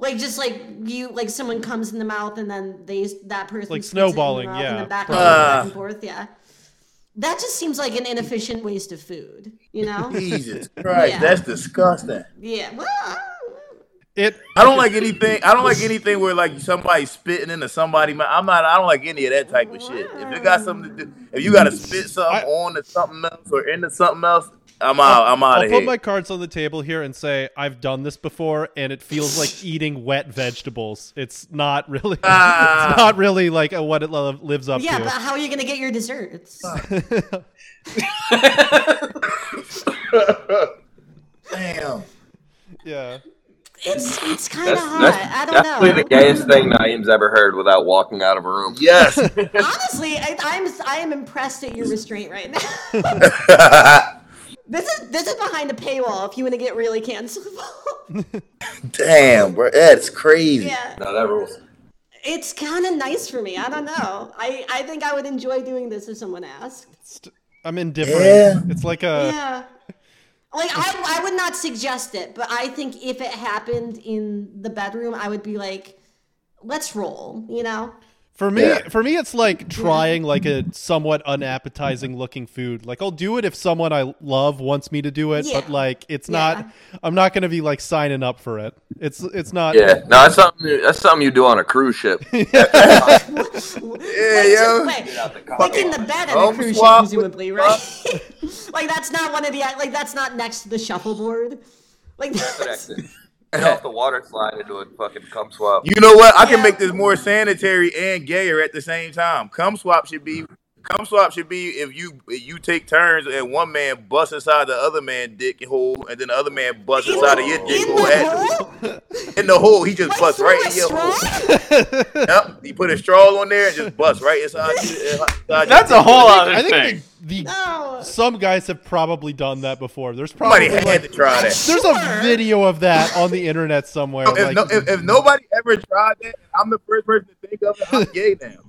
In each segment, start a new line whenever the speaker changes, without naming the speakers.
Like just like you, like someone comes in the mouth and then they that person
Like
spits it in their
snowballing,
mouth
yeah,
and then back, and
probably.
forth, back and forth, yeah. That just seems like an inefficient waste of food, you know?
Jesus Christ,
Yeah.
that's disgusting.
yeah. Well, I
It
I don't like anything. I don't like anything where like somebody spitting into somebody. mouth. I'm not. I don't like any of that type of shit. If it got something to do, if you got to spit something
I-
on to something else or into something else, I'm out. I'm out
I'll
of
put
here.
my cards on the table here and say I've done this before, and it feels like eating wet vegetables. It's not really,
Ah.
it's not really like a, what it lo- lives up
don't know. yeah,
to.
but how are you gonna get your desserts?
Damn.
yeah,
It's it's kind of
That's,
hot.
that's,
I don't
that's
know.
probably the gayest thing Naeem's ever heard without walking out of a room.
Yes.
Honestly, I, I'm I am impressed at your restraint right now. this is this is behind a paywall if you want to get really cancelable.
Damn, bro. That's crazy.
yeah,
No, that rules.
it's kind of nice for me. I don't know. I I think I would enjoy doing this if someone asked.
I'm indifferent.
Yeah.
It's like a
yeah. Like I, I would not suggest it, but I think if it happened in the bedroom, I would be like, "Let's roll," you know.
For me,
Yeah.
for me, it's like trying like a somewhat unappetizing looking food. Like I'll do it if someone I love wants me to do it,
Yeah.
but like it's
Yeah.
not. I'm not going to be like signing up for it. It's it's not.
Yeah, no, that's something. you- That's something you do on a cruise ship.
yeah,
yo.
Like in the bed on
Home
a cruise ship,
swap with
presumably, right? like that's not one of the like that's not next to the shuffleboard. Like that's,
Get off the water slide into a fucking cum swap.
You know what? I can
Yeah.
make this more sanitary and gayer at the same time. Cum swap should be cum swap should be if you if you take turns and one man busts inside the other man dick hole and then the other man busts inside of your
in
dick hole
the
at,
hole,
in the hole. He just
like
busts
through
right
a
in your hole.
straw.
Yep. He put a straw on there and just busts right inside. you- uh, inside
That's
your
a whole other
I
thing.
think the, the
No.
some guys have probably done that before. There's
Somebody
probably
had to
like,
try that.
there's a
Sure.
video of that on the internet somewhere.
If,
like,
no, if, if nobody ever tried that, I'm the first person to think of it. I'm gay now.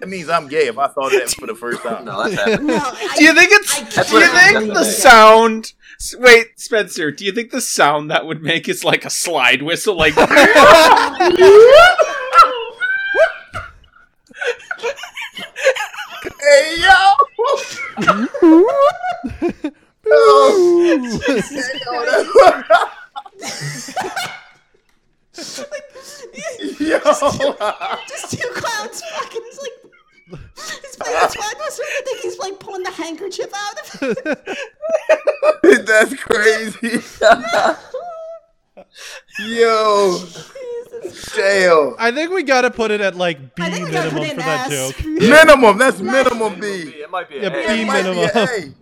That means I'm gay if I saw that for the first time.
No, that's happening.
No, I,
Do you think it's?
I
That's
do you
what-
think the
that's what-
sound? s- Wait, Spencer. Do you think the sound that would make is like a slide whistle? Like,
Hey yo! yo,
just two clowns fucking is like. He's playing a twine whistle. I think he's like pulling the handkerchief out of it.
that's crazy. yo,
Jesus.
jail.
I think we got to put it at like B
I think we gotta put
minimum
in
for that
ask.
joke.
Minimum. That's minimum B.
It might be.
Yeah,
A,
B
Might be
minimum.
an